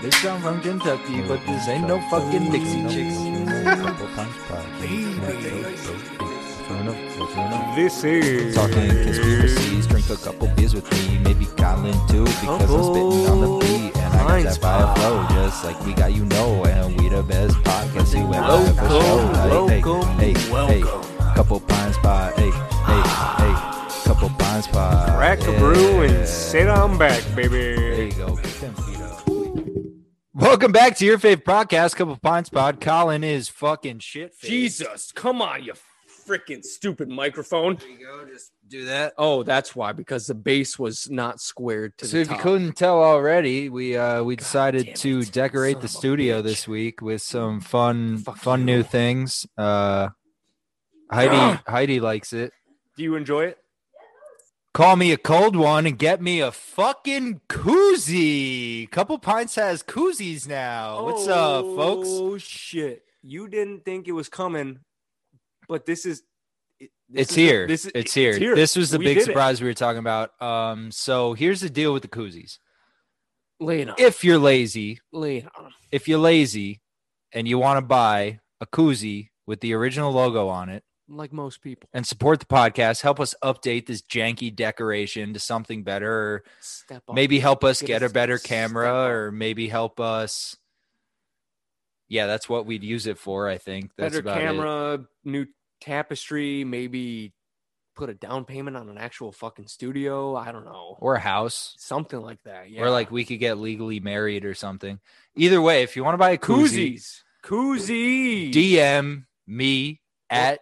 This song from Kentucky, but this ain't no fucking Dixie Chicks. This is Talking conspiracies, drink a couple beers with me, maybe Colin too, because I'm spitting on the beat and I got that fire flow, just like we got you know, and we the best podcast you ever ever showed. Hey, hey, hey, hey, couple pine spot, hey, hey, hey, couple pine spot. crack a brew and sit on back, baby. There you go. Get them feet up. Welcome back to your favorite podcast, Couple Pine Spot. Colin is fucking shit. faced. Jesus, come on, you freaking stupid microphone. There you go. Just do that. Oh, that's why, because the base was not squared to So the if you top. couldn't tell already, we uh we decided damn to it, decorate son the of a studio bitch. this week with some fun Fuck fun you. Ah. new things. Uh Heidi Heidi likes it. Do you enjoy it? Call me a cold one and get me a fucking koozie. Couple Pints has koozies now. Oh, What's up, folks? Oh shit! You didn't think it was coming, but this is. it- this it's is- here. This is it's here. This was the We big did it. surprise we were talking about. Um, so here's the deal with the koozies. Lay it on. If you're lazy, Lay it on. if you're lazy and you want to buy a koozie with the original logo on it Like most people, and support the podcast, help us update this janky decoration to something better, step or up. maybe help us Give get us a better step camera up. or maybe help us yeah, that's what we'd use it for, I think. That's better about it. camera, new tapestry, maybe put a down payment on an actual fucking studio. I don't know. Or a house. Something like that. Yeah. or like we could get legally married or something. Either way, if you want to buy a koozie, koozies. Koozies. DM me at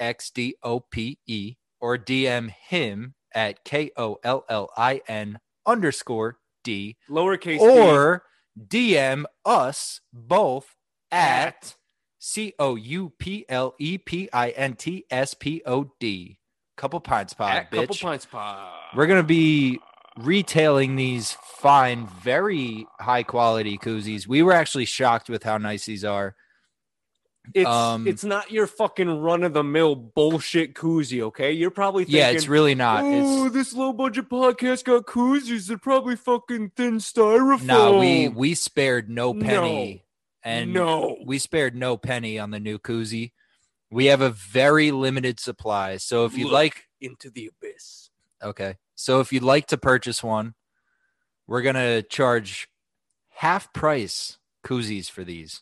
jmaxdope E or DM him at k o l l i n underscore d lowercase or DM us both at c o u p l e p i n t s p o d. Couple pints d, pod, at bitch. couple Ah. pints pod. We're gonna be retailing these fine, very high quality koozies. We were actually shocked with how nice these are. It's um, it's not your fucking run of the mill bullshit koozie, okay? You're probably thinking, yeah, it's really not. oh, It's this low budget podcast got koozies. They're probably fucking thin styrofoam. nah, we we spared no No. penny, and no, we spared no penny on the new koozie. We have a very limited supply, so if you'd Look. like, into the abyss. okay, so if you'd like to purchase one, we're gonna charge half price koozies for these.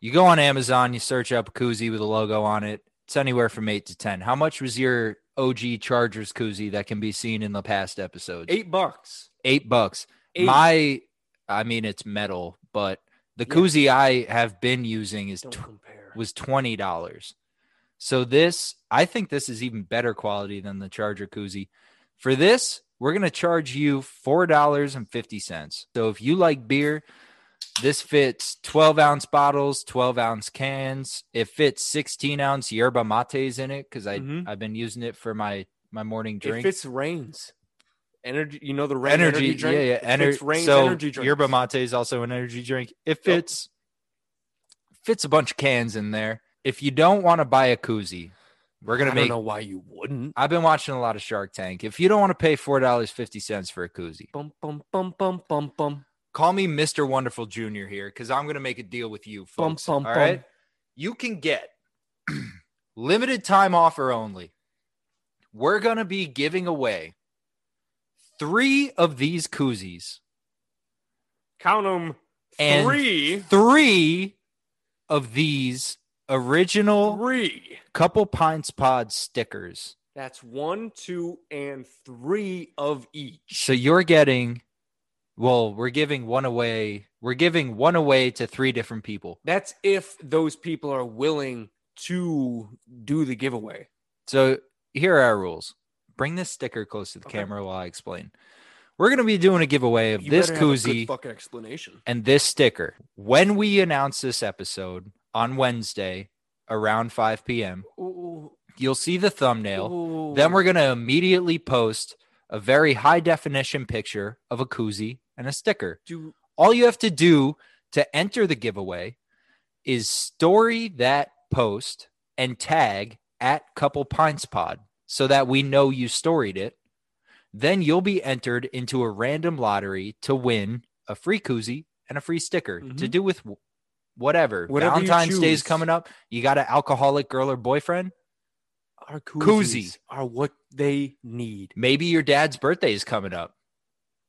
You go on Amazon, you search up koozie with a logo on it. It's anywhere from eight to ten. How much was your OG Chargers koozie that can be seen in the past episodes? Eight bucks. Eight bucks. Eight. My, I mean, it's metal, but the Yeah. koozie I have been using is don't tw- compare. was twenty dollars. So this, I think this is even better quality than the Charger koozie. For this, we're gonna charge you four dollars and fifty cents. So if you like beer, this fits twelve ounce bottles, twelve ounce cans. It fits sixteen ounce yerba mates in it because I Mhm. I've been using it for my my morning It drink. fits rains. Energy, you know the rain energy, energy, drink. yeah, yeah. It Ener- fits rains so energy drink. yerba mate is also an energy drink. It fits fits a bunch of cans in there. If you don't want to buy a koozie, we're gonna I make. don't know why you wouldn't. I've been watching a lot of Shark Tank. If you don't want to pay four dollars fifty cents for a koozie, Bum bum bum bum bum bum call me Mister Wonderful Junior here because I'm gonna make a deal with you, bum folks. bum. all bum. right? you can get limited time offer only. We're going to be giving away three of these koozies, Count them. And- three. three of these original Three. couple pints pod stickers. That's one, two, and three of each. So you're getting, well, we're giving one away. We're giving one away to three different people. That's if those people are willing to do the giveaway. So here are our rules. Bring this sticker close to the Okay. camera while I explain. We're going to be doing a giveaway of You this better have a good koozie. fucking explanation. and this sticker when we announce this episode on Wednesday around 5 p.m. You'll see the thumbnail. Then we're going to immediately post a very high definition picture of a koozie and a sticker. do. All you have to do to enter the giveaway is story that post and tag at couple pints pod so that we know you storied it. Then you'll be entered into a random lottery to win a free koozie and a free sticker to Mhm. do with wh- whatever. Whatever you Valentine's Day's choose. coming up. You got an alcoholic girl or boyfriend. Our Koozie. koozies are what they need. Maybe your dad's birthday is coming up.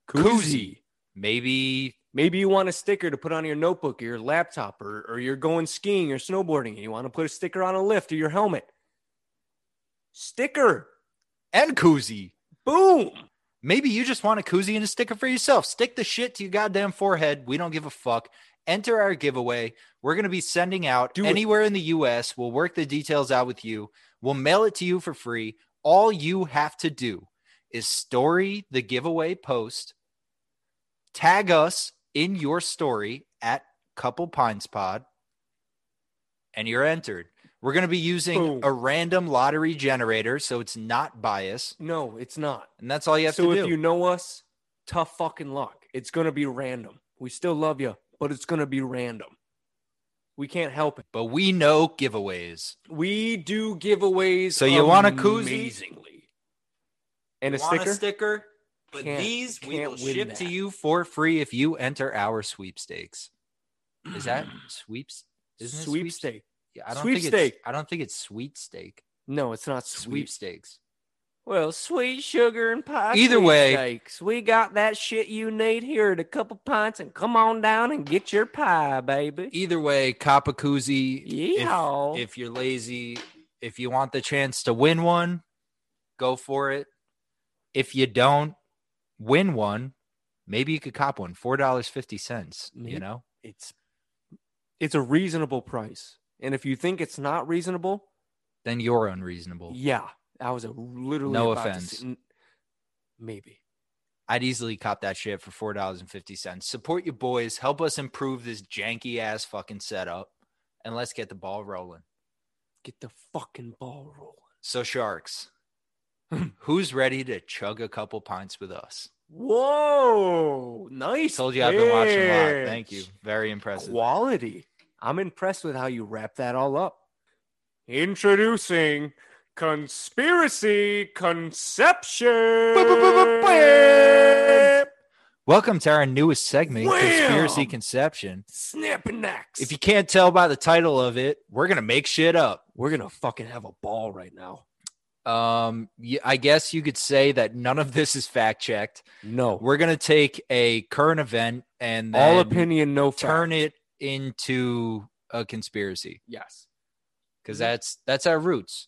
Koozie. Maybe Maybe you want a sticker to put on your notebook or your laptop, or, or you're going skiing or snowboarding and you want to put a sticker on a lift or your helmet. Sticker. and koozie. Boom. Maybe you just want a koozie and a sticker for yourself. Stick the shit to your goddamn forehead. We don't give a fuck. Enter our giveaway. We're going to be sending out Do it. anywhere in the US. We'll work the details out with you. We'll mail it to you for free. All you have to do is story the giveaway post, tag us in your story at Couple Pines Pod, and you're entered. We're going to be using Boom. a random lottery generator, so it's not biased. No, it's not. And that's all you have so to if do. you know us, tough fucking luck. It's gonna be random. We still love you, but it's gonna be random. We can't help it. but we know giveaways. We do giveaways. So you want a koozie? amazingly, and a Want sticker? sticker? But Can't- these we can't will win ship to that. you for free if you enter our sweepstakes. Is that sweeps? Isn't it sweepstake? Yeah, I don't think it's Sweepstake. I don't think it's sweet steak. No, it's not sweep. Sweepstakes. Well, sweet sugar and pie. Either way- sweepstakes. we got that shit you need here at a couple pints, and come on down and get your pie, baby. Either way, Kappa Koozie. Yeehaw. If, if you're lazy, if you want the chance to win one, go for it. If you don't win one, maybe you could cop one. Four dollars fifty cents. You Maybe. know? It's it's a reasonable price, and if you think it's not reasonable, Then you're unreasonable. Yeah, I was a literally No about to offense. say- n- maybe I'd easily cop that shit for four dollars and fifty cents. Support your boys. Help us improve this janky ass fucking setup, and let's get the ball rolling. get the fucking ball rolling. So sharks, who's ready to chug a couple pints with us? Whoa, nice! Told you I've been watching a lot. pitch. Thank you. Very impressive. Quality. I'm impressed with how you wrap that all up. Introducing Conspiracy Conception. Welcome to our newest segment, Wham! Conspiracy Conception. Snapping next. If you can't tell by the title of it, we're gonna make shit up. we're gonna fucking have a ball right now. Um, y- I guess you could say that none of this is fact checked. No, We're gonna take a current event and all then opinion, no fact. turn it into a conspiracy Yes, because Mhm. that's that's our roots.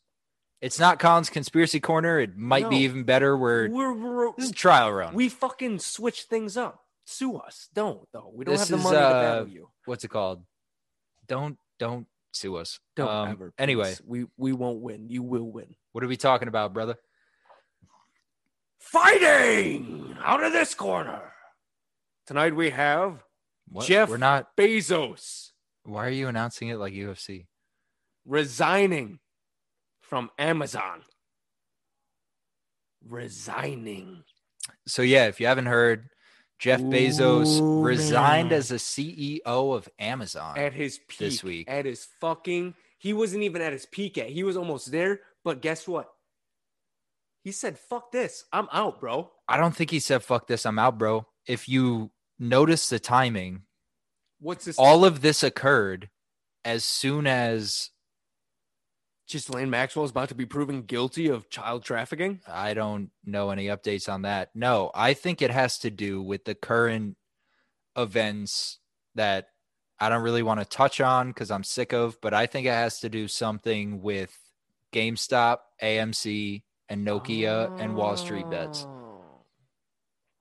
It's not Colin's conspiracy corner. It might be No. even better. We're we're, we're this is a trial run. we fucking switch things up. Sue us. Don't though. We don't This have the is, money to uh, battle you. What's it called? Don't don't sue us. Don't Um, ever. Anyway, please. we we won't win. You will win. what are we talking about, brother? Fighting out of this corner. Tonight we have What? Jeff- We're not. Bezos Why are you announcing it like UFC? resigning from Amazon. Resigning. So yeah, if you haven't heard, Jeff Bezos Ooh, resigned man. as the CEO of Amazon. at his peak this week. At his fucking, he wasn't even at his peak yet. He was almost there, but guess what? He said, "Fuck this, I'm out, bro." I don't think he said "fuck this, I'm out, bro." If you notice the timing, What's this? all of this occurred as soon as Ghislaine Maxwell is about to be proven guilty of child trafficking. I don't know any updates on that. No, I think it has to do with the current events that I don't really want to touch on because I'm sick of, but I think it has to do something with GameStop, AMC, and Nokia and Wall Street bets. Oh.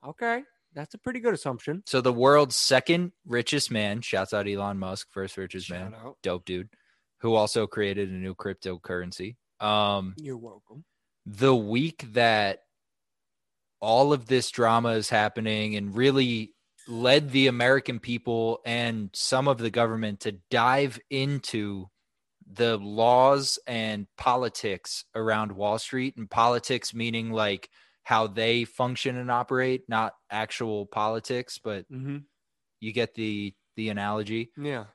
Okay, that's a pretty good assumption. So the world's second richest man, shouts out Elon Musk, first richest man, Shout out. dope dude, who also created a new cryptocurrency. Um, You're welcome. the week that all of this drama is happening and really led the American people and some of the government to dive into the laws and politics around Wall Street and politics meaning like how they function and operate, not actual politics, but Mm-hmm. you get the the analogy Yeah.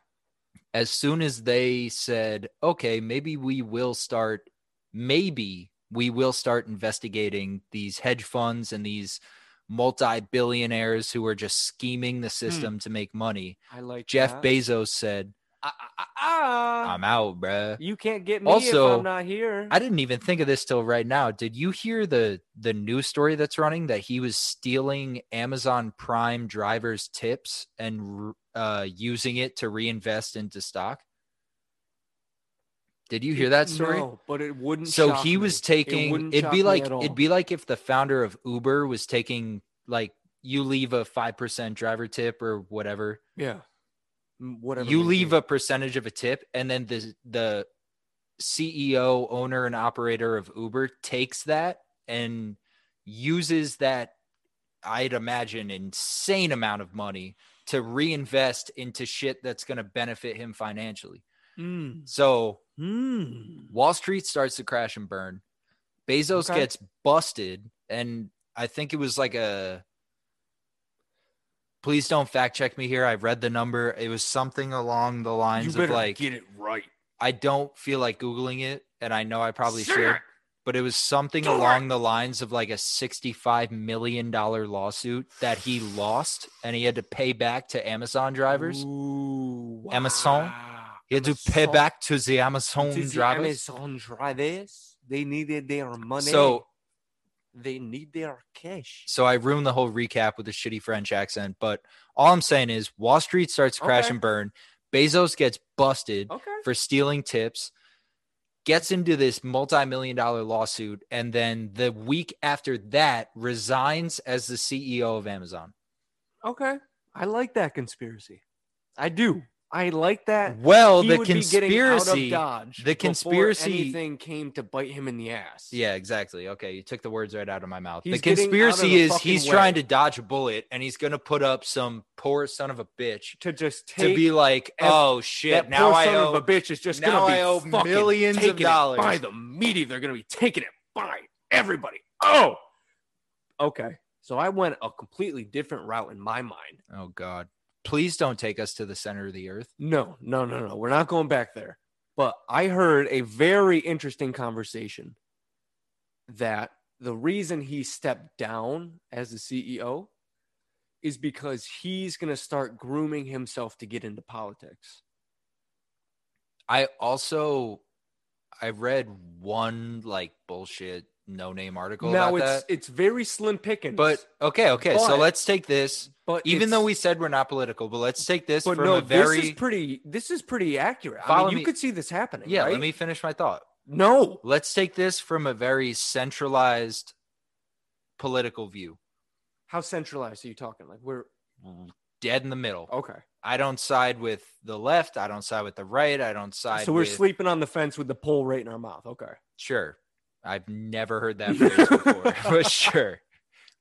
as soon as they said, okay, maybe we will start, maybe we will start investigating these hedge funds and these multi-billionaires who are just scheming the system to make money. I like Jeff that. Bezos said, Ah, ah, ah, ah. "I'm out, bruh." you can't get me if Also, I'm not here. I didn't even think of this till right now. Did you hear the the news story that's running that he was stealing Amazon Prime drivers' tips and uh, using it to reinvest into stock? Did you hear that story? No, but it wouldn't. so shock he me. was It taking. wouldn't It would shock be me like at all. it'd be like if the founder of Uber was taking like you leave a five percent driver tip or whatever Yeah. Mm, whatever. you leave a percentage of a tip and then the the CEO owner and operator of Uber takes that and uses that I'd imagine insane amount of money to reinvest into shit that's going to benefit him financially. Mm. So Mm. Wall Street starts to crash and burn. Bezos Okay. gets busted, and I think it was like a. Please don't fact check me here. I read the number. It was something along the You lines of better like get it right. I don't feel like googling it, and I know I probably Shit. should, but it was something Do it. along the lines of like a sixty-five million dollar lawsuit that he lost, and he had to pay back to Amazon drivers. Ooh, Amazon? wow. He had to pay Amazon. back to the Amazon To the drivers. Amazon drivers. They needed their money. So they need their cash. So I ruined the whole recap with a shitty French accent. But all I'm saying is Wall Street starts to crash Okay. and burn. Bezos gets busted Okay. for stealing tips, gets into this multi million dollar lawsuit, and then the week after that resigns as the CEO of Amazon. Okay. I like that conspiracy. I do. I like that. Well, He the would be getting out of conspiracy. Dodge the before conspiracy- anything came to bite him in the ass. Yeah, exactly. Okay, you took the words right out of my mouth. He's the getting out of the conspiracy is fucking he's way. trying to dodge a bullet and he's going to put up some poor son of a bitch To just take to be like, ev- "Oh shit, that now poor I son owe of a bitch is just now gonna be I owe fucking millions of taking it dollars. by the meaty. They're gonna be taking it by everybody. Oh, okay. So I went a completely different route in my mind. Oh God. Please don't take us to the center of the earth. No, no, no, no. We're not going back there. But I heard a very interesting conversation that the reason he stepped down as the CEO is because he's going to start grooming himself to get into politics. I also I read one like bullshit no name article now about it's that. it's very slim pickings. But okay, okay. so but- let's take this. but Even though it's- we said we're not political, but let's take this but from no, a very this is pretty this is pretty accurate. I Follow mean, you me. could see this happening. Yeah, right? let me finish my thought. No, Let's take this from a very centralized political view. how centralized are you talking? Like we're Dead in the middle. okay. I don't side with the left. I don't side with the right. I don't side So we're with sleeping on the fence with the pole right in our mouth. Okay. Sure. I've never heard that phrase before, but sure.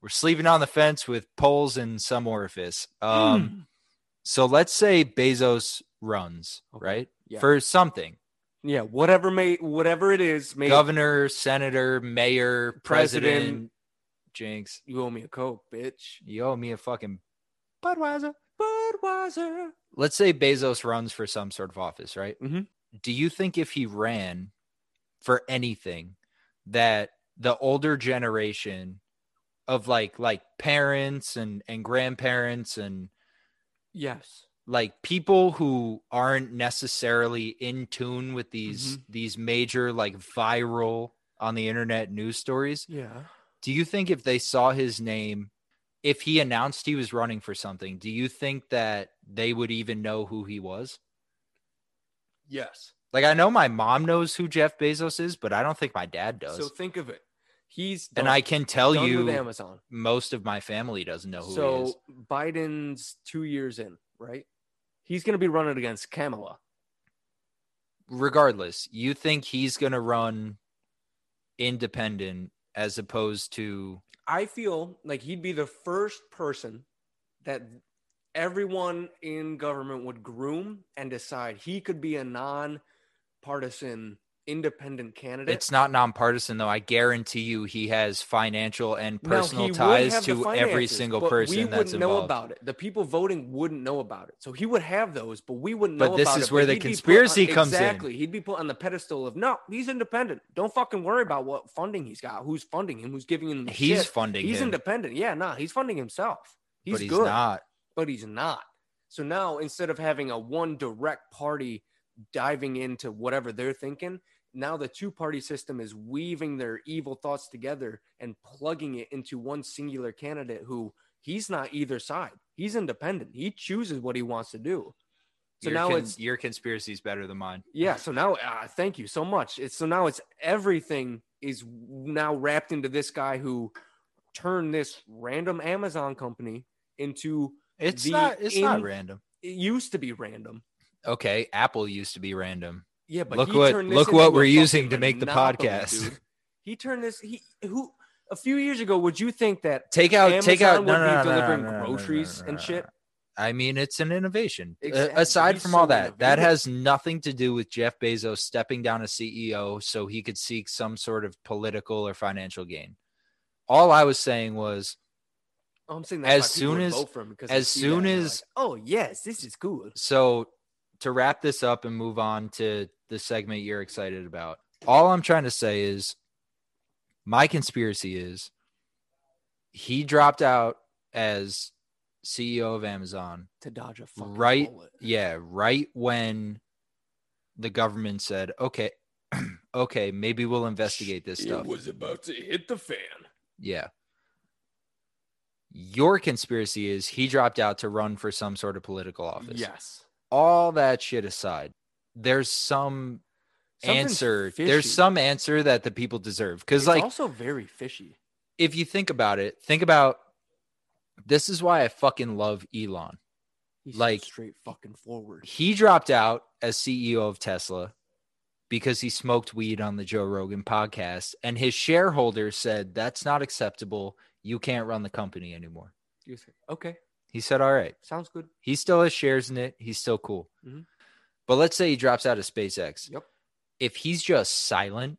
We're sleeping on the fence with poles in some orifice. Um, Hmm. So let's say Bezos runs, Okay. right? Yeah. For something Yeah, whatever may whatever it is, may governor, senator, mayor, President. president, jinx. you owe me a coke, bitch. You owe me a fucking. Budweiser, Budweiser. Let's say Bezos runs for some sort of office, right? Mhm. Do you think if he ran for anything that the older generation of like like parents and and grandparents and Yes. like people who aren't necessarily in tune with these these major like viral on the internet news stories Yeah. do you think if they saw his name if he announced he was running for something do you think that they would even know who he was Yes. like i know my mom knows who jeff bezos is but i don't think my dad does So think of it. He's and done- i can tell done you with Amazon. most of my family doesn't know who he is So Biden's two years in, right? He's going to be running against Kamala. regardless, you think he's going to run independent as opposed to I feel like he'd be the first person that everyone in government would groom and decide he could be a non-partisan independent candidate. It's not nonpartisan though. I guarantee you, he has financial and Now, he personal would ties have the to every finances, single but person we that's wouldn't involved. know about it. The people voting wouldn't know about it, so he would have those, but we wouldn't. But know this about is it, where the he'd be put on- conspiracy comes in. Exactly, he'd be put on the pedestal of no, he's independent. Don't fucking worry about what funding he's got, who's funding him, who's giving him. The he's shit. funding he's him, independent. Yeah, nah, he's funding himself. He's but he's good, not. but he's not. So now instead of having a one direct party diving into whatever they're thinking, now the two party system is weaving their evil thoughts together and plugging it into one singular candidate who he's not either side. He's independent. He chooses what he wants to do. So your now con- it's your conspiracy is better than mine. yeah. So now, uh, thank you so much. It's so now it's everything is now wrapped into this guy who turned this random Amazon company into It's The not. It's not in- random. it used to be random. Okay, Apple used to be random. Yeah, but Look he what- turned this look what into a we're using fucking to make the monopoly, podcast. dude. He turned this. He who a few years ago would you think that Take out. Amazon Oh, take out. No, would no, be no, no, delivering no, no, no, no, groceries no, no, and no, shit? no. I mean, it's an innovation. Uh, Exactly. aside He's from all so that, that innovative. has nothing to do with Jeff Bezos stepping down as CEO so he could seek some sort of political or financial gain. All I was saying was, Oh, I'm saying that's As why people soon would as- vote for him because they as see that soon and they're as- like, oh yes, this is cool. so to wrap this up and move on to the segment you're excited about, all I'm trying to say is my conspiracy is he dropped out as CEO of Amazon To dodge a fucking Right. bullet. yeah right when the government said okay okay maybe we'll investigate this stuff was about to hit the fan. yeah your conspiracy is he dropped out to run for some sort of political office Yes. all that shit aside there's some Something's answer fishy. there's some answer that the people deserve because It's like also very fishy. if you think about it think about this is why i fucking love elon He's like- so straight fucking forward. he dropped out as CEO of Tesla because he smoked weed on the Joe Rogan podcast, and his shareholders said that's not acceptable. You can't run the company anymore. You say, okay, He said, "All right." sounds good. He still has shares in it. He's still cool. Mhm. But let's say he drops out of SpaceX. Yep. If he's just silent,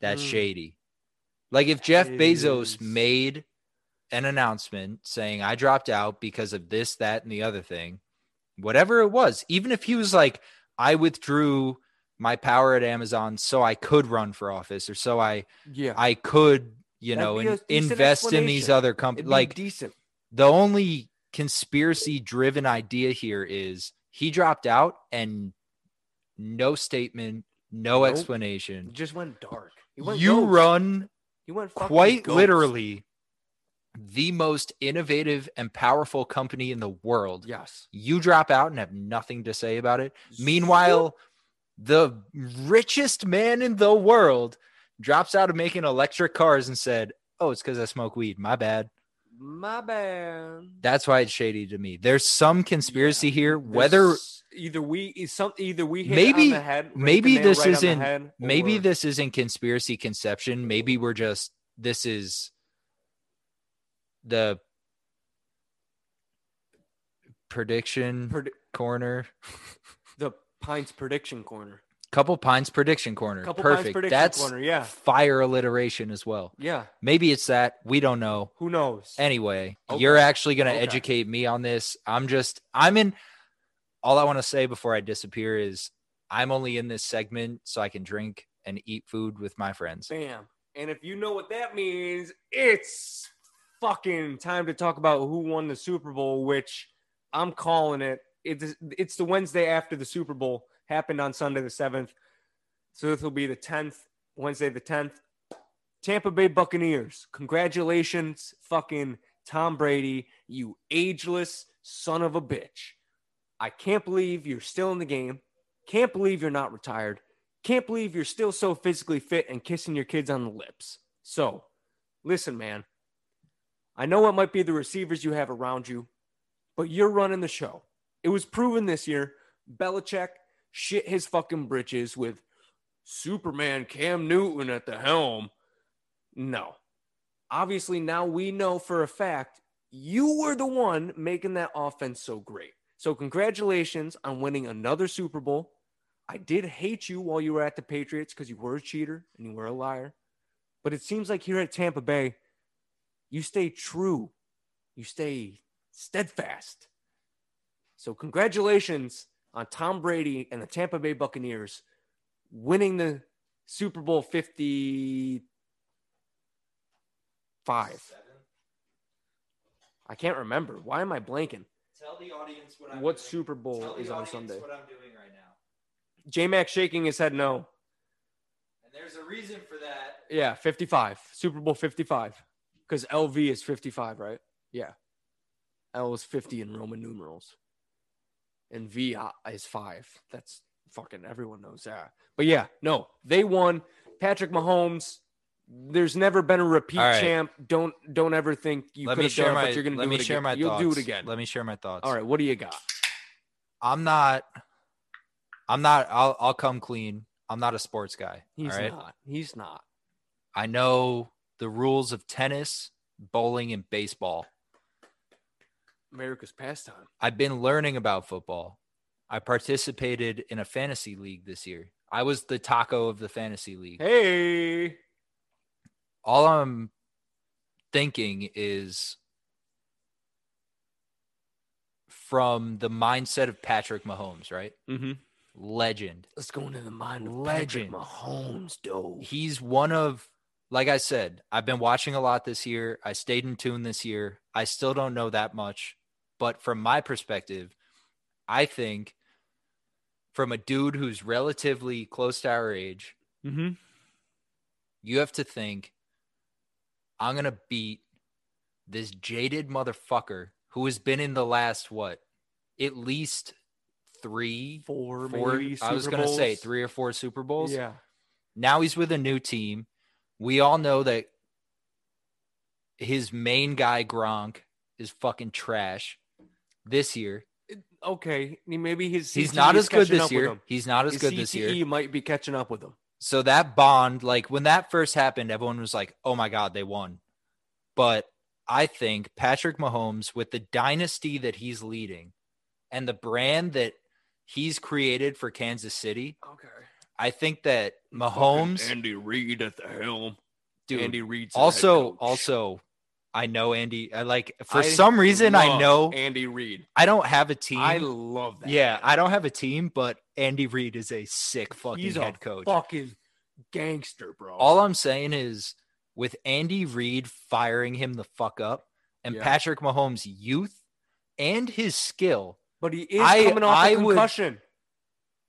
that's Mm. shady. Like if Jeff It Bezos is. made an announcement saying, I dropped out because of this, that, and the other thing, whatever it was, even if he was like, I withdrew my power at Amazon so I could run for office or so I Yeah. I could, you That'd know, be a in, decent invest in these explanation. other It'd companies. be Like decent. the only conspiracy driven idea here is he dropped out and no statement, no Nope. explanation. It just went dark. He went You ghost. run He went fucking quite ghost. literally the most innovative and powerful company in the world. Yes. You drop out and have nothing to say about it. Meanwhile, the richest man in the world drops out of making electric cars and said, Oh, it's because I smoke weed. My bad. my bad. That's why it's shady to me. There's some conspiracy here. There's Whether s- either we is some either we hit it on Maybe- the head, right maybe the nail this right on the isn't- head, maybe or- this isn't conspiracy conception, maybe we're just this is the prediction pred- corner. the Pines prediction corner, Couple Pines prediction corner. couple Perfect. Pines prediction That's corner. Yeah, fire alliteration as well. yeah. Maybe it's that. We don't know. Who knows? Anyway, Okay. you're actually going to Okay. educate me on this. I'm just, I'm in. All I want to say before I disappear is I'm only in this segment so I can drink and eat food with my friends. Bam. And if you know what that means, it's fucking time to talk about who won the Super Bowl, which I'm calling it. It's, it's the Wednesday after the Super Bowl, happened on Sunday the 7th. So this will be the 10th, Wednesday the 10th. Tampa Bay Buccaneers, congratulations, fucking Tom Brady, you ageless son of a bitch. I can't believe you're still in the game. Can't believe you're not retired. Can't believe you're still so physically fit and kissing your kids on the lips. So, listen, man, I know it might be the receivers you have around you, but you're running the show. It was proven this year. Belichick shit his fucking britches with Superman Cam Newton at the helm. No. Obviously, now we know for a fact you were the one making that offense so great. So, congratulations on winning another Super Bowl. I did hate you while you were at the Patriots because you were a cheater and you were a liar. But it seems like here at Tampa Bay, you stay true, you stay steadfast. So, congratulations on Tom Brady and the Tampa Bay Buccaneers winning the Super Bowl 55. I can't remember. Why am I blanking? Tell the audience What Super Bowl is on Sunday? I'm doing right now. J Mac shaking his head no. And there's a reason for that. Yeah, 55. Super Bowl 55. Because LV is 55, right? Yeah. L is 50 in Roman numerals. And V uh, is five. That's fucking everyone knows that. But yeah, no, they won. Patrick Mahomes. There's never been a repeat All right. champ. Don't don't ever think you let could me have share done it, my. but you're gonna let do me it share again. my You'll thoughts. do it again. Let me share my thoughts. All right, what do you got? I'm not. I'm not. I'll. I'll come clean. I'm not a sports guy. He's all right. not. He's not. I know the rules of tennis, bowling, and baseball. America's pastime. I've been learning about football. I participated in a fantasy league this year. I was the taco of the fantasy league. Hey, All I'm thinking is from the mindset of Patrick Mahomes, right? Mm-hmm. Legend. Let's go into the mind of Patrick Legend. Mahomes, though. he's one of like I said, I've been watching a lot this year. I stayed in tune this year. I still don't know that much, but from my perspective, I think from a dude who's relatively close to our age, Mm-hmm. you have to think I'm going to beat this jaded motherfucker who has been in the last what? At least 3 Four, four maybe I was Super going to say Bowls. 3 or 4 Super Bowls. Yeah. Now he's with a new team. We all know that his main guy Gronk is fucking trash this year. Okay. Maybe his He's CTE not is E as good catching up this with year. him. He's not as His good this year. CTE might be catching up with him. So that bond, like when that first happened, everyone was like, "Oh my god, they won." But I think Patrick Mahomes with the dynasty that he's leading and the brand that he's created for Kansas City, Okay. I think that Mahomes Andy Reid at the helm. dude, Reid's also also i know andy i like for I some reason i know Andy Reid. i don't have a team I love that. yeah i don't have a team but andy reid is a sick fucking He's a head coach Fucking gangster, bro. all i'm saying is with andy reid firing him the fuck up and Yeah. patrick mahomes youth and his skill but he is I- coming off I a would- concussion.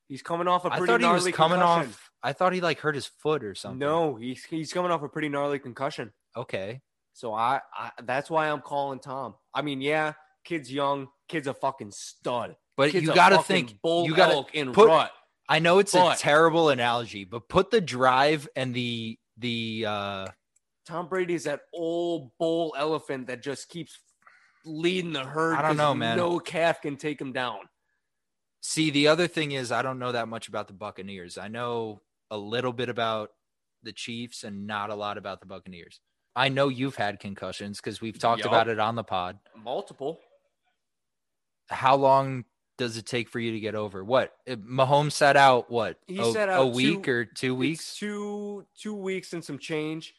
He's coming off a i pretty thought he gnarly was coming concussion. off i thought he like hurt his foot or something No, he's he's coming off a pretty gnarly concussion. okay So I, I that's why I'm calling Tom. I mean, yeah, kid's young, kid's a fucking stud. but Kid's you a gotta fucking think bull you gotta elk in put- rut. I know it's a But- terrible analogy, but put the drive and the the uh Tom Brady is that old bull elephant that just keeps leading the herd. I don't 'cause know, man. No calf can take him down. see the other thing is I don't know that much about the Buccaneers. I know a little bit about the Chiefs and not a lot about the Buccaneers. I know you've had concussions because we've talked Yup. about it on the pod. Multiple. How long does it take for you to get over? What Uh, Mahomes sat out? What He a, sat a out two- week or two It's weeks two two weeks and some change.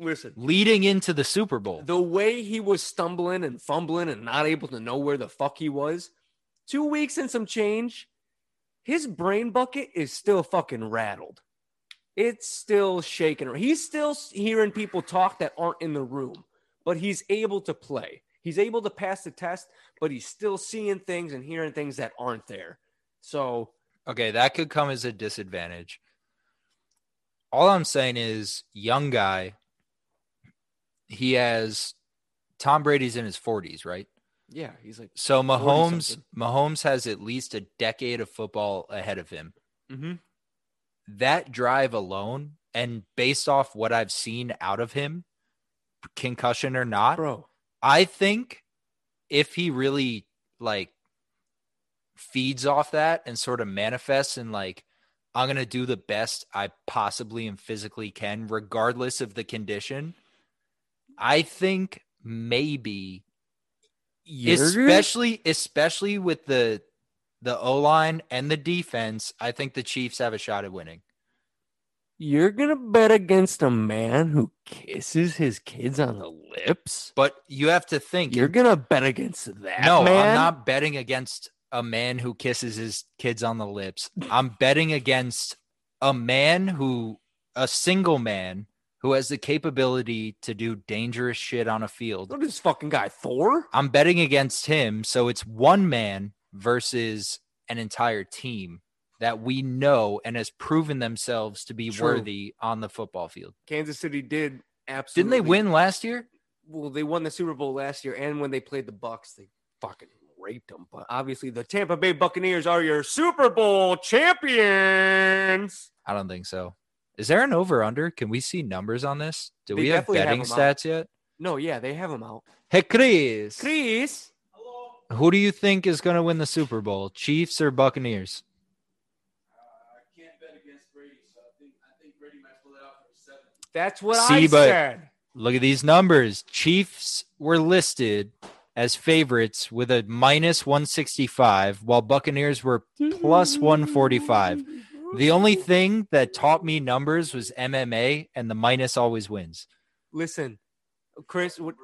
Listen, leading into the Super Bowl? the way he was stumbling and fumbling and not able to know where the fuck he was, two weeks and some change, his brain bucket is still fucking rattled. It's still shaking. He's still s- hearing people talk that aren't in the room, but he's able to play. He's able to pass the test, but he's still seeing things and hearing things that aren't there. So Okay, that could come as a disadvantage. All I'm saying is, young guy, he has Tom Brady's in his 40s, right? yeah, he's like, So Mahomes, something. Mahomes has at least a decade of football ahead of him. mm-hmm. That drive alone, and based off what I've seen out of him, concussion or not, "Ah, bro, I think if he really like feeds off that and sort of manifests and like I'm going to do the best I possibly and physically can regardless of the condition, I think maybe especially especially with the the O line, and the defense, I think the Chiefs have a shot at winning. You're gonna bet against a man who kisses his kids on the lips. But you have to think You're gonna bet against that? No, I'm man? not betting against a man who kisses his kids on the lips. I'm betting against a man who, a single man who has the capability to do dangerous shit on a field. Look at this fucking guy, Thor. I'm betting against him. So it's one man versus an entire team that we know and has proven themselves to be True. worthy on the football field. Kansas City did absolutely. Didn't they win last year? Well, they won the Super Bowl last year, and when they played the Bucks, they fucking raped them. But obviously, the Tampa Bay Buccaneers are your Super Bowl champions. I don't think so. Is there an over under? Can we see numbers on this? Do They we have definitely have betting them out. stats yet? No, yeah, they have them out. Hey, Chris, Chris, who do you think is going to win the Super Bowl, Chiefs or Buccaneers? that's what See, I but- said. Look at these numbers. Chiefs were listed as favorites with a minus 165, while Buccaneers were plus 145. The only thing that taught me numbers was MMA, and the minus always wins. Listen, Chris, what,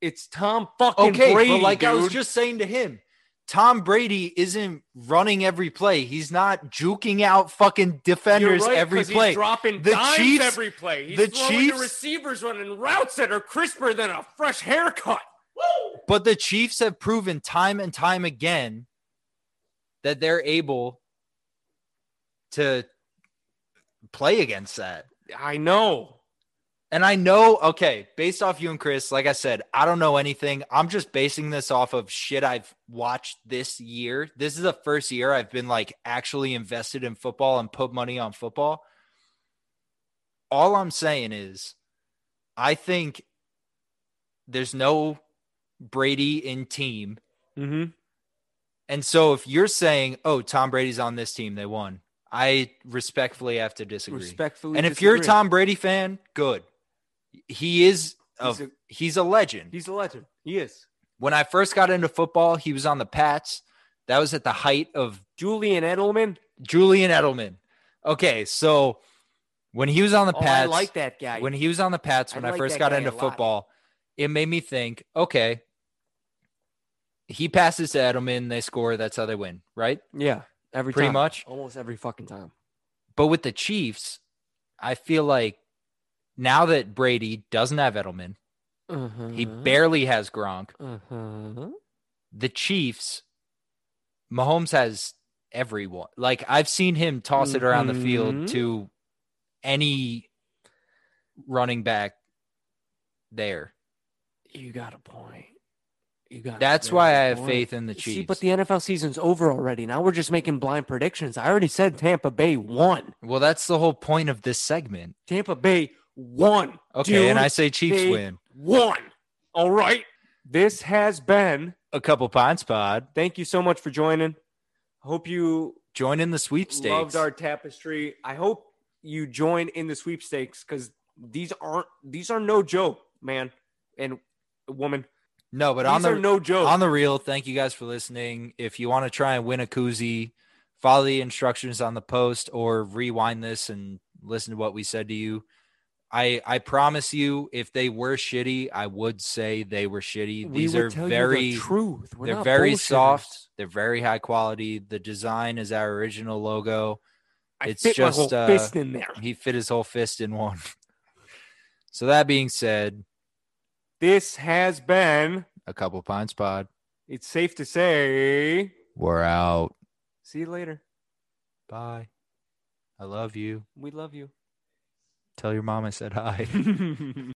it's Tom fucking Brady. but like I was dude. just saying to him, Tom Brady isn't running every play. He's not juking out fucking You're defenders right, every 'cause he's play. dropping The dimes Chiefs- every play. He's the throwing Chiefs- receivers running routes that are crisper than a fresh haircut. But the Chiefs have proven time and time again that they're able to play against that. I know. And I know, okay, based off you and Chris, like I said, I don't know anything. I'm just basing this off of shit I've watched this year. This is the first year I've been like actually invested in football and put money on football. All I'm saying is, I think there's no Brady in team. Mm-hmm. And so if you're saying, oh, Tom Brady's on this team, they won, I respectfully have to disagree. Respectfully, and if you're a disagree. Tom Brady fan, good. He is a he's he's a, a, legend. he's a legend. He is. when I first got into football, he was on the Pats. That was at the height of Julian Edelman. Julian Edelman. Okay, so when he was on the Oh, I Pats, like that guy. when he was on the Pats, when I I, like first that got guy into a lot. football, it made me think, okay, he passes to Edelman, they score, that's how they win, right? yeah, every Pretty time. much. almost every fucking time. But with the Chiefs, I feel like now that Brady doesn't have Edelman, Uh-huh. he barely has Gronk. Uh-huh. The Chiefs, Mahomes has everyone. Like I've seen him toss it around the field Mhm. to any running back there. You got a point. You got. a That's very why I good have point. faith in the Chiefs. See, but the NFL season's over already. Now we're just making blind predictions. I already said Tampa Bay won. well, that's the whole point of this segment. Tampa Bay won. Okay, Dude, and I say Chiefs they- win. won. All right. This has been. A couple pints pod. Thank you so much for joining. Hope you Join in the sweepstakes. loved our tapestry. I hope you join in the sweepstakes because these aren't these are no joke, man and woman. no, but But on these the are no joke. on the real thank you guys for listening if you want to try and win a koozie follow the instructions on the post or rewind this and listen to what we said to you i i promise you if they were shitty i would say they were shitty we these would are tell very you the truth. We're they're not very bullshitters. soft they're very high quality the design is our original logo I It's fit my just, whole uh, fist in there. he fit his whole fist in one so that being said This has been. a couple pines pod It's safe to say. we're out See you later. bye i love you We love you. tell your mom i said hi